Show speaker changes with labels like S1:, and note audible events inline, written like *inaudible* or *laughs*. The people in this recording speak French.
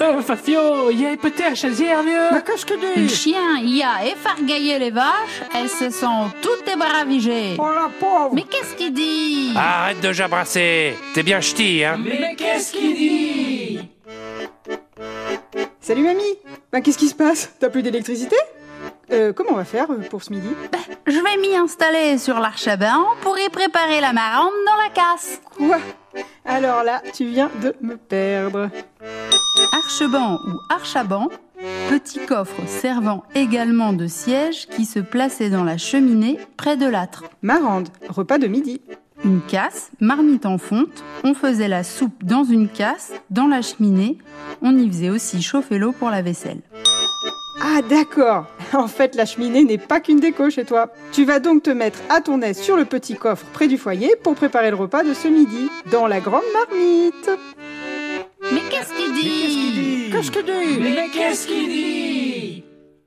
S1: Euh, Fafio, il y a peut-être chazière, vieux.
S2: qu'est-ce que
S3: Le
S2: dis
S3: chien y a effargaillé les vaches, elles se sont toutes débaravigées.
S2: Oh la pauvre
S3: Mais qu'est-ce qu'il dit
S4: Ah, Arrête de jabrasser. T'es bien ch'ti, hein
S1: Mais qu'est-ce qu'il dit
S2: Salut mamie Bah qu'est-ce qui se passe T'as plus d'électricité euh, comment on va faire euh, pour ce midi
S3: Je vais m'y installer sur l'archaban pour y préparer la marande dans la casse.
S2: Quoi Alors là, tu viens de me perdre.
S3: Archeban ou archaban, petit coffre servant également de siège qui se plaçait dans la cheminée près de l'âtre.
S2: Marande, repas de midi.
S3: Une casse, marmite en fonte, on faisait la soupe dans une casse, dans la cheminée, on y faisait aussi chauffer l'eau pour la vaisselle.
S2: Ah d'accord *laughs* En fait, la cheminée n'est pas qu'une déco chez toi. Tu vas donc te mettre à ton aise sur le petit coffre près du foyer pour préparer le repas de ce midi, dans la grande marmite.
S3: Mais qu'est-ce qu'il dit
S2: que dis
S1: Mais qu'est-ce qu'il dit